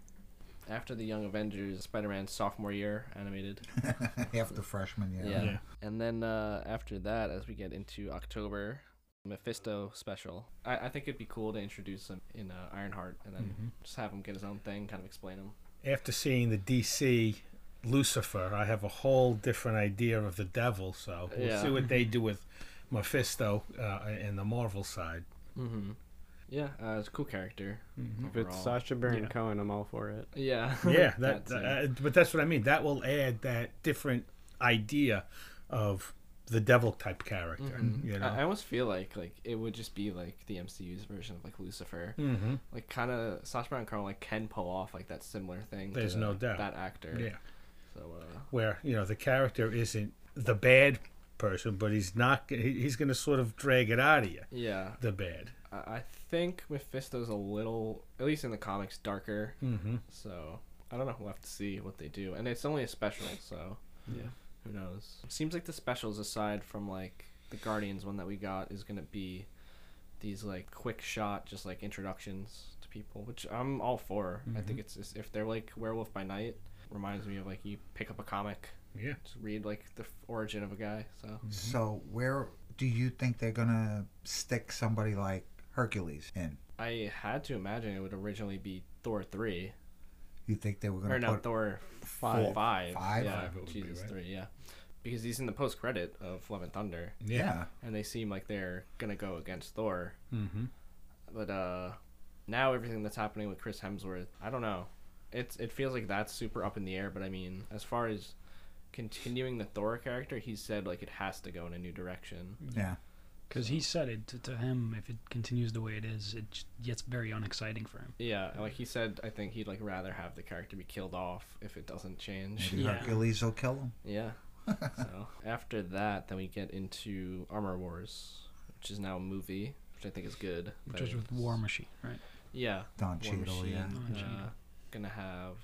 after the Young Avengers, Spider-Man sophomore year animated. After freshman year. Yeah. Yeah. And then uh, after that, as we get into October, Mephisto special. I, I think it'd be cool to introduce him in uh, Ironheart and then Mm-hmm. just have him get his own thing, kind of explain him. After seeing the DC Lucifer, I have a whole different idea of the devil. So we'll Yeah. see what they do with Mephisto uh, in the Marvel side. Mm-hmm. Yeah, uh, it's a cool character. Mm-hmm. If it's Sasha Baron Yeah. Cohen, I'm all for it. Yeah. yeah that, That's it. uh, but that's what i mean that will add that different idea of the devil type character you know Mm-hmm. I, I almost feel like like it would just be like the MCU's version of like Lucifer, mm-hmm. like kind of Sacha Baron Cohen like can pull off like that similar thing. There's to no doubt. that actor. yeah So uh, where you know the character isn't the bad person but he's not he- he's going to sort of drag it out of you yeah, the bad I, I think Mephisto's a little, at least in the comics, darker. mm-hmm. So I don't know. We'll have to see what they do, and it's only a special, so Yeah. who knows? Seems like the specials, aside from like the Guardians one that we got, is gonna be these like quick shot, just like introductions to people, which I'm all for. I think it's, it's if they're like Werewolf by Night, reminds me of like you pick up a comic, Yeah. just read like the f- origin of a guy. So So where do you think they're gonna stick somebody like Hercules in? I had to imagine it would originally be Thor three You think they were gonna or no put Thor Five. five, Five? yeah, Five it would be, Jesus right? three, yeah, because he's in the post credit of Love and Thunder. Yeah. yeah. and they seem like they're gonna go against Thor. Mm-hmm. But uh, now everything that's happening with Chris Hemsworth, I don't know. It's it feels like that's super up in the air. But I mean, as far as continuing the Thor character, he said like it has to go in a new direction. yeah. Because he said it to, to him. If it continues the way it is, it j- gets very unexciting for him. Yeah, like he said, I think he'd like rather have the character be killed off if it doesn't change. Maybe Yeah. Hercules will kill him. Yeah. so after that, then we get into Armor Wars, which is now a movie, which I think is good. Which but is with it's- War Machine, right? Yeah. Don War Cheadle, yeah. Machine, Don Cheadle. uh, gonna have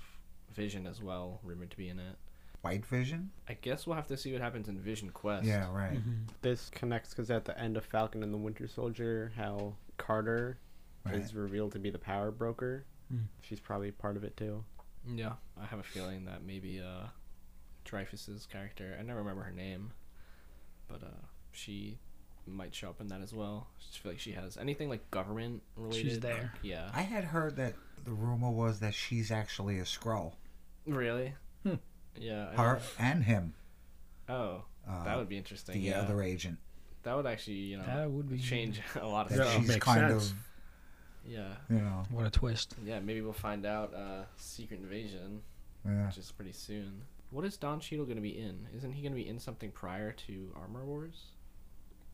Vision as well, rumored to be in it. White Vision. I guess we'll have to see what happens in Vision Quest. Yeah, right. Mm-hmm. This connects because at the end of Falcon and the Winter Soldier, how Carter Right. is revealed to be the power broker. Mm. She's probably part of it too. Yeah. I have a feeling that maybe uh, Dreyfus's character, I never remember her name, but uh, she might show up in that as well. I just feel like she has anything like government related. there. Yeah. I had heard that the rumor was that she's actually a scroll. Really? Hmm. Yeah. I Her don't- and him. Oh, Uh, that would be interesting. the yeah. other agent. that would actually, you Oh, know, That would be- change a lot of That Yeah. stuff. she- she's makes kind sense. of Yeah. you know. What a twist. Yeah, maybe we'll find out uh, Secret Invasion, Yeah. which is pretty soon. What is Don Cheadle going to be in? Isn't he going to be in something prior to Armor Wars?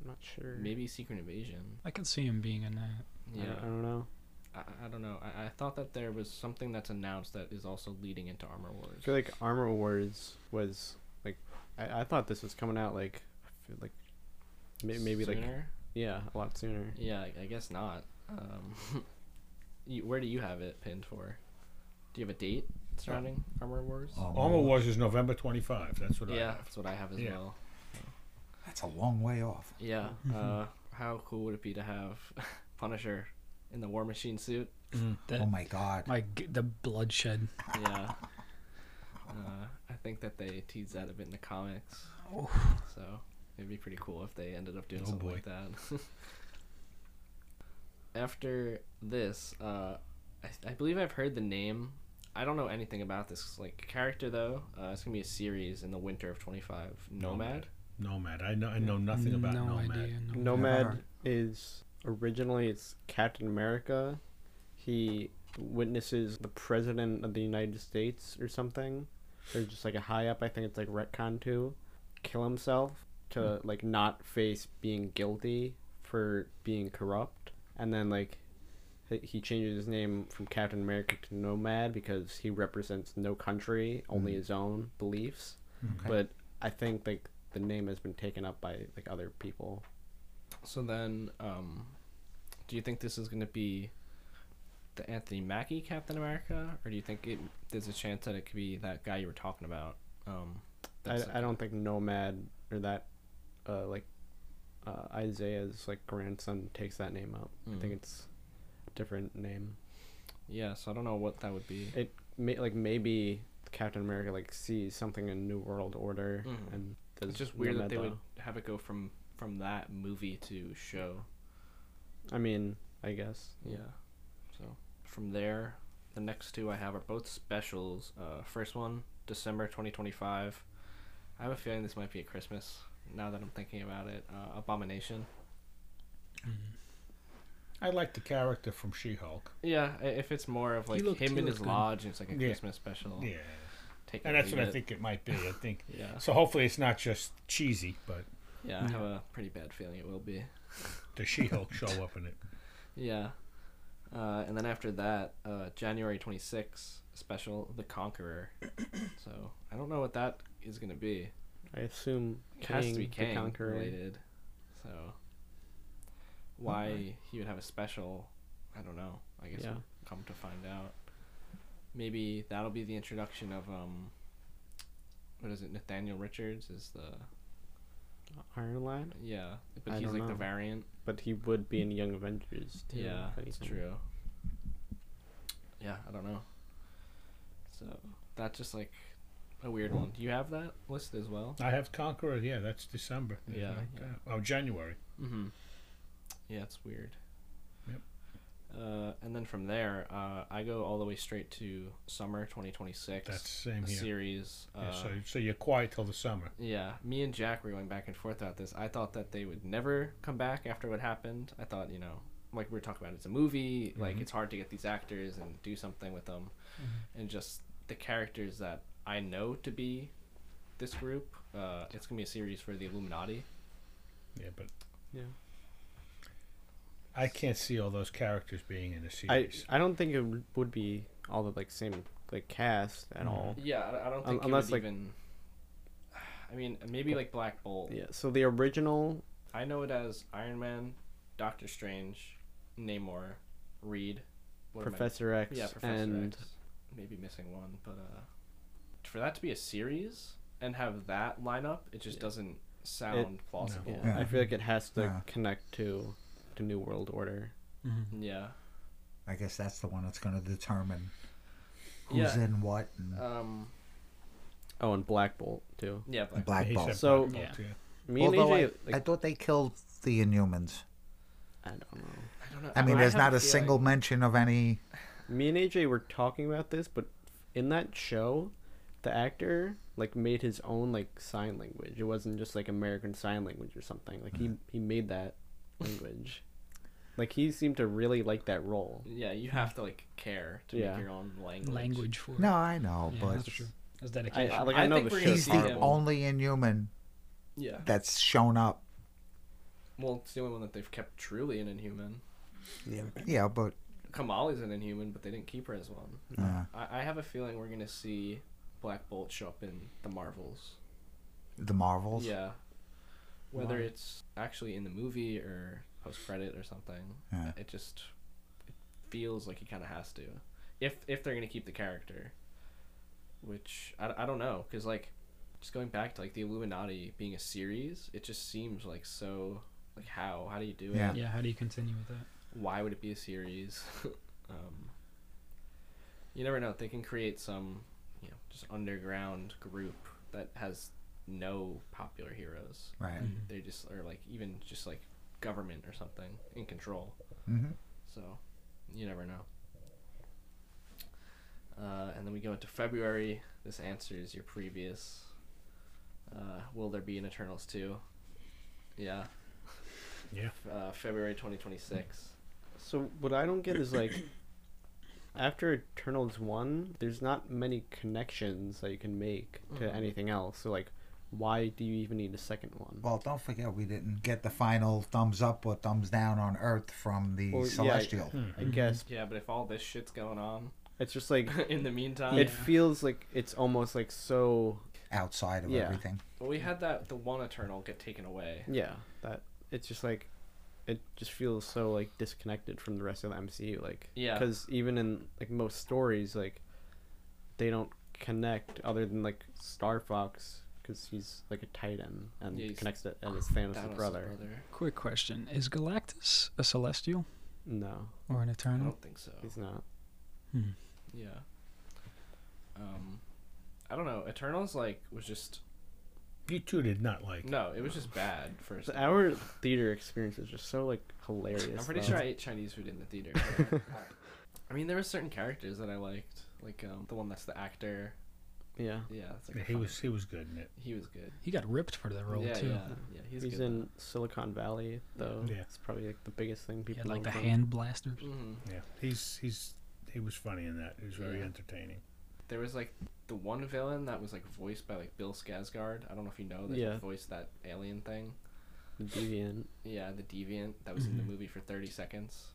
I'm not sure. Maybe Secret Invasion. I could see him being in that. I, don't, I Yeah, don't know. I, I don't know. I, I thought that there was something that's announced that is also leading into Armor Wars. I feel like Armor Wars was like I, I thought this was coming out like I feel like may- maybe like Sooner? yeah a lot sooner. Yeah, I, I guess not. Um, you, where do you have it pinned for? Do you have a date surrounding Armor Wars? Oh, Armor Wars is November 25. That's what I yeah, have. that's what I have as Yeah. well. That's a long way off. Yeah. Mm-hmm. Uh, how cool would it be to have Punisher in the War Machine suit? That Oh my god. like the bloodshed. yeah. Uh, I think that they teased that a bit in the comics. So it'd be pretty cool if they ended up doing Oh, something boy. like that. After this, uh, I, I believe I've heard the name. I don't know anything about this like character though. Uh, it's gonna be a series in the winter of twenty five. Nomad. Nomad. I know. I know nothing about no Nomad. idea. No. Nomad Alright. is originally it's Captain America. He witnesses the president of the United States or something, or just like a high up. I think it's like retcon two, kill himself to like not face being guilty for being corrupt, and then like he- he changes his name from Captain America to Nomad because he represents no country, only his own beliefs. But I think like the name has been taken up by like other people. So then, um, do you think this is gonna be the Anthony Mackie Captain America, or do you think it, there's a chance that it could be that guy you were talking about? Um, I, that's like- I don't think Nomad or that, uh, like, uh, Isaiah's like grandson takes that name out. I Hmm. think it's a different name. Yeah, so I don't know what that would be. It may like maybe Captain America like sees something in New World Order Mhm. and does It's just weird that Nomad they would though. have it go from from that movie to show. I mean, I guess. Yeah. So from there, the next two I have are both specials. Uh, first one, December 2025. I have a feeling this might be at Christmas. Now that I'm thinking about it, uh, Abomination. I like the character from She-Hulk. Yeah, i- if it's more of like looked- him he in looked his good. lodge, it's like a Yeah. Christmas special. Yeah. Take And it or that's what leave I it. think it might be. I think. Yeah. So hopefully it's not just cheesy, but Yeah, I have a pretty bad feeling it will be. the She-Hulk show up in it. Yeah. Uh, and then after that, uh, January 26th special, The Conqueror. so I don't know what that is going to be. I assume It has to be the Kang Conqueror. related. So why he would have a special, I don't know. I guess Yeah. we'll come to find out. Maybe that'll be the introduction of um, what is it? Nathaniel Richards is the Iron Lad, Yeah, but I he's don't like the know. variant. but he would be in Young Avengers too. yeah, if it's anything. true. Yeah, I don't know. So that's just like a weird one. Do you have that list as well? I have Conqueror. Yeah, that's December. Yeah, Like yeah. that. Oh, January. Mm-hmm. Yeah, it's weird. Yep. Uh, and then from there, uh, I go all the way straight to summer 2026. That's same a here. series. Uh, yeah, so, so you're quiet till the summer. Yeah, me and Jack were going back and forth about this. I thought that they would never come back after what happened. I thought, you know, like we were talking about, it's a movie. Mm-hmm. Like it's hard to get these actors and do something with them, and just the characters that I know to be this group. Uh, it's gonna be a series for the Illuminati. Yeah, but Yeah. I can't see all those characters being in a I series. I don't think it would- would be all the like same like cast Hmm. at all. Yeah, I- I don't think it unless, would like- even. I mean, maybe like Black Bolt. Yeah. So the original, I know it as Iron Man, Doctor Strange, Namor, Reed. What am I- Professor X, Yeah, Professor and X. Maybe missing one, but uh, for that to be a series and have that lineup, it just doesn't sound plausible. yeah, I feel like it has to Yeah. connect to the New World Order. Yeah. I guess that's the one that's going to determine who's Yeah. in what and Um. Oh, and Black Bolt too. Yeah. and Black. Black He Bolt. said So- Black Bolt, yeah. Me Although I, and AJ, like, I thought they killed the Inhumans. I don't know. I don't know. I mean, there's have not a feeling- single mention of any. me and AJ were talking about this, but in that show, the actor like made his own like sign language. It wasn't just like American Sign Language or something. Like he he made that language. like he seemed to really like that role. Yeah, you have to like care to Yeah. make your own language. Language for No, I know, it. Yeah, but that's true. That's I, dedication. I- like I I, know think the we're show's he's gonna see the him. horrible. only Inhuman Yeah. that's shown up. Well, it's the only one that they've kept truly an Inhuman. Yeah, yeah but Kamali's an Inhuman, but they didn't keep her as one. uh, I, I have a feeling we're gonna see Black Bolt show up in the Marvels. the Marvels. Yeah. Whether Why? it's actually in the movie or post credit or something, Yeah. it just it feels like he kind of has to, if if they're gonna keep the character. Which I, I don't know, cause like, just going back to like the Illuminati being a series, it just seems like so like how how do you do it? Yeah. yeah, how do you continue with that? Why would it be a series? um, you never know. They can create some, you know, just underground group that has no popular heroes Right. they just are like even just like government or something in control hmm so you never know uh, and then we go into february this answers your previous uh, will there be an eternals 2 yeah Yeah. uh, february 2026 So what I don't get is like after Eternals one, there's not many connections that you can make to Mhm. anything else. So like, why do you even need a second one? Well, don't forget we didn't get the final thumbs up or thumbs down on Earth from the Well, yeah, I- Celestial. I guess yeah but if all this shit's going on it's just like in the meantime it Yeah. feels like it's almost like so outside of Yeah. everything. well, we had that the one eternal get taken away yeah that it's just like it just feels so like disconnected from the rest of the MCU like Yeah. because even in like most stories like they don't connect other than like Star Fox because he's like a Titan and Yeah, he's connects it as Thanos' Thanos' brother. Quick question: Is Galactus a celestial No, or an i eternal? Hmm. don't think so he's not. Oh. Yeah. Um, I don't know. Eternals like was just You two did not like. no, it was just bad first. So our theater experience is just so like hilarious. I'm pretty though. sure I ate Chinese food in the theater. I mean, there were certain characters that I liked, like um, the one that's the actor. yeah. Yeah, it's like Yeah, a he fun- was he was good in it. he was good. He got ripped for the role yeah, too. yeah, Yeah. yeah, he's, He's, good. in Silicon Valley though. Yeah. It's probably like the biggest thing people like the know him from. hand blasters. hmm Yeah, he's he's he was funny in that. He was very Yeah. entertaining. There was like the one villain that was like voiced by like Bill Skarsgård. I don't know if you know that Yeah. he voiced that alien thing. The Deviant Yeah, the deviant that was in the movie for 30 seconds.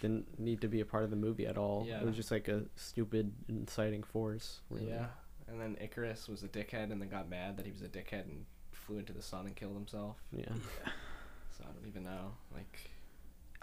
didn't need to be a part of the movie at all. It Yeah. was just like a stupid inciting force. really. Yeah. And then Icarus was a dickhead and then got mad that he was a dickhead and flew into the sun and killed himself. Yeah. So I don't even know. Like,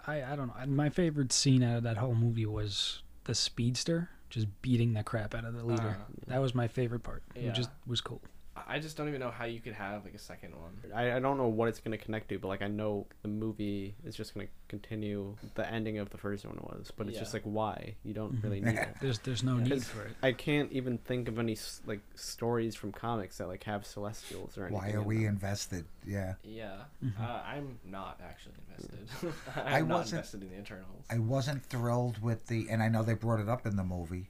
I I don't know. My favorite scene out of that whole movie was the speedster just beating the crap out of the leader. Uh, that was my favorite part. yeah. It just was cool. uh, I just don't even know how you could have like a second one. I, I don't know what it's going to connect to, but like I know the movie is just going to continue the ending of the first one was, but it's just Yeah. like why you don't Mm-hmm. really need it. There's there's no need Because for it. I can't even think of any s- like stories from comics that like have celestials or anything. Why are in we them. invested? Yeah. Yeah, uh, I'm not actually invested. I'm I not wasn't- invested in the internals. I wasn't thrilled with the, and I know they brought it up in the movie.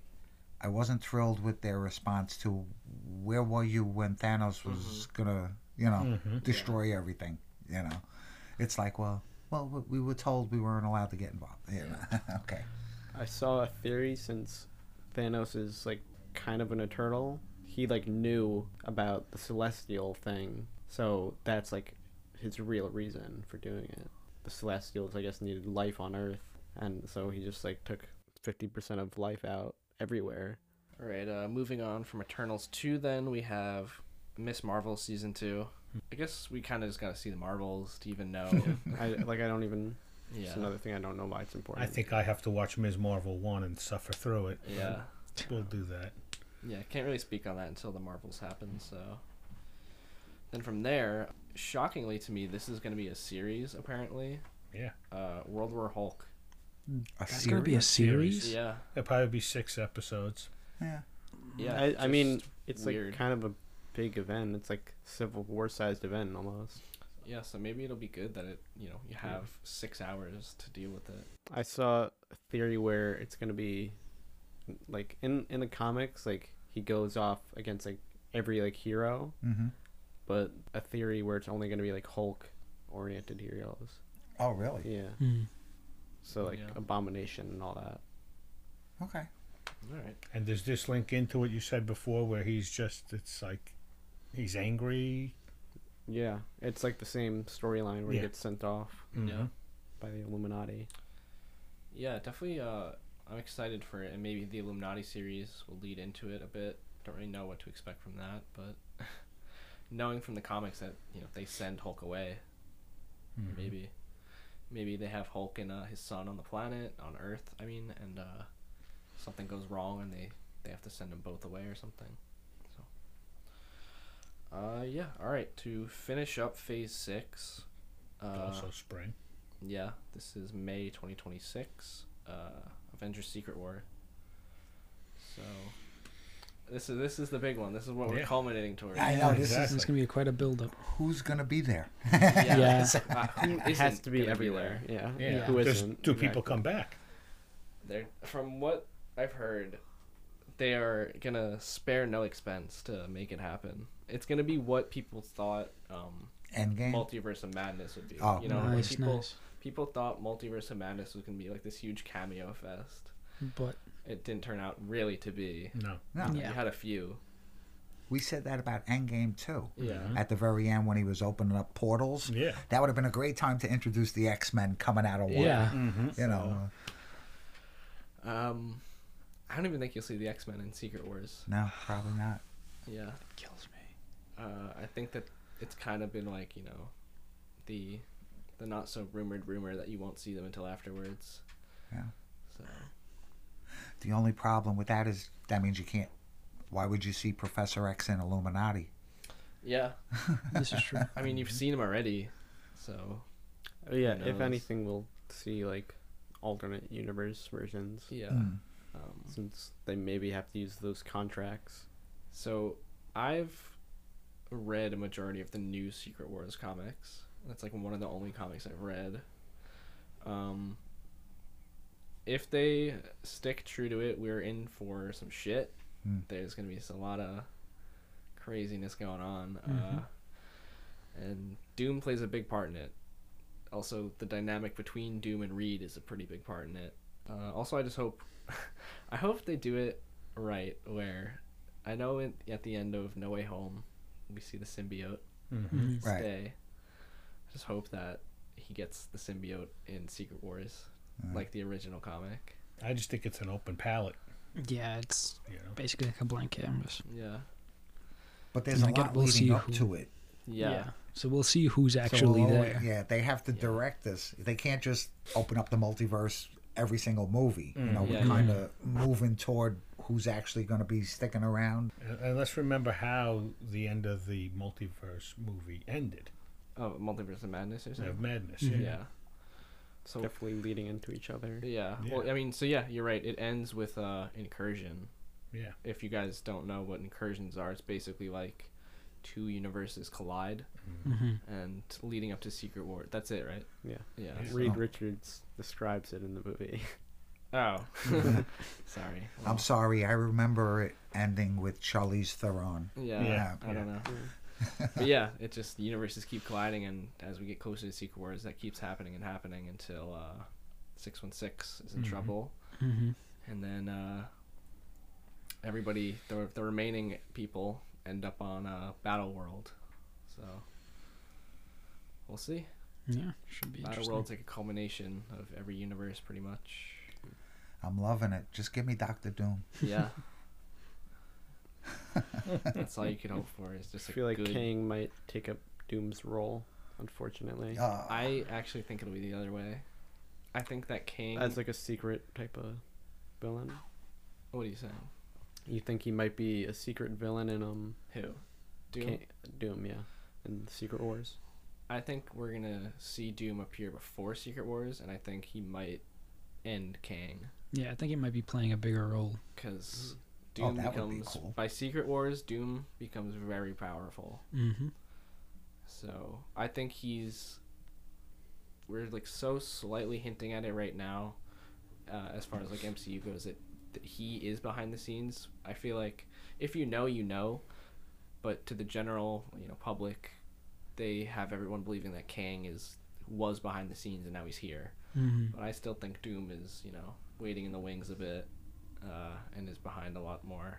I wasn't thrilled with their response to where were you when Thanos was gonna, you know, destroy everything. You know, it's like, well, well, we- we were told we weren't allowed to get involved. You know? okay. I saw a theory since Thanos is like kind of an eternal. He like knew about the celestial thing, so that's like his real reason for doing it. The celestials, I guess, needed life on Earth, and so he just like took fifty percent of life out everywhere. All right, uh, moving on from Eternals 2, then we have Miss Marvel Season 2. I guess we kind of just got to see the Marvels to even know. I like I don't even. It's yeah. another thing I don't know why it's important. I think I have to watch Ms. Marvel 1 and suffer through it. but Yeah. We'll do that. Yeah, can't really speak on that until the Marvels happen, so. Then from there, shockingly to me, this is going to be a series, apparently. Yeah. Uh, World War Hulk. A That's gonna be a Series? series. Yeah. There'll probably be six episodes. Yeah. Yeah. I, I just mean, it's weird. like kind of a big event. It's like Civil War sized event almost. Yeah, so maybe it'll be good that it, you know, you have six hours to deal with it. I saw a theory where it's gonna be like in in the comics, like he goes off against like every like hero, Mm-hmm. but a theory where it's only gonna be like Hulk oriented heroes. Oh, really? Yeah. Hmm. So like Yeah. Abomination and all that. Okay. All right. And does this link into what you said before where he's just, it's like, he's angry? Yeah, it's like the same storyline where he Yeah. gets sent off Yeah. by the Illuminati. Yeah, definitely. Uh, I'm excited for it, and maybe the Illuminati series will lead into it a bit. Don't really know what to expect from that, but knowing from the comics that you know they send Hulk away, Mhm. maybe, maybe they have Hulk and uh, his son on the planet on Earth. I mean, and uh, something goes wrong, and they they have to send them both away or something. So, uh, yeah. All right. To finish up Phase Six. Uh, also spring. yeah, this is May 2026, uh, Avengers Secret War. So this is this is the big one. This is what we're Yeah. culminating towards. I know this Exactly. is It's gonna be quite a build up. who's gonna be there. Yeah. Yeah. Uh, who It has isn't to be gonna everywhere. yeah. Yeah. Yeah. Who Does- isn't? do people exactly. come back? there? They're, from what I've heard, they are gonna spare no expense to make it happen. It's gonna be what people thought um, Endgame. Multiverse of Madness would be. Oh. you know, when nice, people nice. people thought Multiverse of Madness was gonna be like this huge cameo fest. But It didn't turn out really to be. No. no, Yeah. You had a few. we said that about Endgame too. Yeah. At the very end, when he was opening up portals, Yeah. that would have been a great time to introduce the X Men coming out of one. yeah, you know, Um, I don't even think you'll see the X Men in Secret Wars. no, probably not. Yeah, kills me. uh, I think that it's kind of been like you know, the the not so rumored rumor that you won't see them until afterwards. Yeah. So The only problem with that is that means you can't. Why would you see Professor X in Illuminati? yeah, This is true. Mm-hmm. I mean you've seen them already, so Oh, Yeah, Who if knows? anything, we'll see like alternate universe versions. yeah. Mm. Um, since they maybe have to use those contracts. So I've read a majority of the new Secret Wars comics. That's like one of the only comics I've read. Um, if they stick true to it, we're in for some shit. Hmm. There's gonna be s- a lot of craziness going on, Mm-hmm. uh, and Doom plays a big part in it. Also, the dynamic between Doom and Reed is a pretty big part in it. Uh, also, I just hope, I hope they do it right. Where I know in, at the end of No Way Home, we see the symbiote Mm-hmm. Right. stay. I just hope that he gets the symbiote in Secret Wars, like the original comic. I just think it's an open palette. Yeah, it's You know? basically like a blank canvas. Yeah. But there's And a again, lot we'll see leading up who- to it. Yeah. So we'll see who's So actually we'll always- there. Yeah, they have to direct this. They can't Mm, just open up the multiverse every single movie. You know, Yeah. we're kind of moving toward who's actually going to be sticking around. And- And let's remember how the end of the multiverse movie ended Oh, Multiverse of Madness or of something. Madness. Yeah. Yeah. So Definitely leading into each other. yeah. Well, I mean, so yeah, you're right. It ends with uh, incursion. Yeah. If you guys don't know what incursions are, it's basically like two universes collide and leading up to Secret War. That's it, right? Yeah. Yeah. Reed Oh. Richards describes it in the movie. Oh. Sorry. I'm sorry, I remember it ending with Charlize Theron. Yeah, Yeah, I don't know. Hmm. but yeah, it just the universes keep colliding, and as we get closer to Secret Wars, that keeps happening and happening until uh, 616 is in trouble. Mhm. And then uh, everybody, the, the remaining people, end up on uh, Battle World. So we'll see. Yeah, should be Battle interesting. World's like a culmination of every universe, pretty much. I'm loving it. Just give me Doctor Doom. Yeah. That's all you can hope for is just I a feel like good Kang might take up Doom's role, unfortunately, Uh, I actually think it'll be the other way. I think that King. as like a secret type of villain. what are you saying? You think he might be a secret villain in um Who? Doom. Doom, Doom yeah, in Secret Wars. I think we're gonna see Doom appear before Secret Wars, and I think he might end Kang Yeah, I think it might be playing a bigger role. because Oh, Doom that would be becomes cool. by Secret Wars. Doom becomes very powerful. Mm-hmm. So I think he's. We're like so slightly hinting at it right now, uh, as far as like MCU goes. That, that he is behind the scenes. I feel like if you know, you know, but to the general you know public, they have everyone believing that Kang is was behind the scenes and now he's here. Mm-hmm. But I still think Doom is you know waiting in the wings a bit, uh, and is behind a lot more.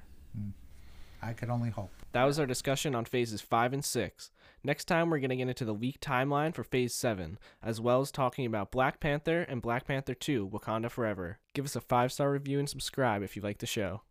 I could only hope. That was our discussion on phases 5 and 6. Next time, we're going to get into the leaked timeline for phase 7, as well as talking about Black Panther and Black Panther 2 Wakanda Forever. Give us a five star review and subscribe if you like the show.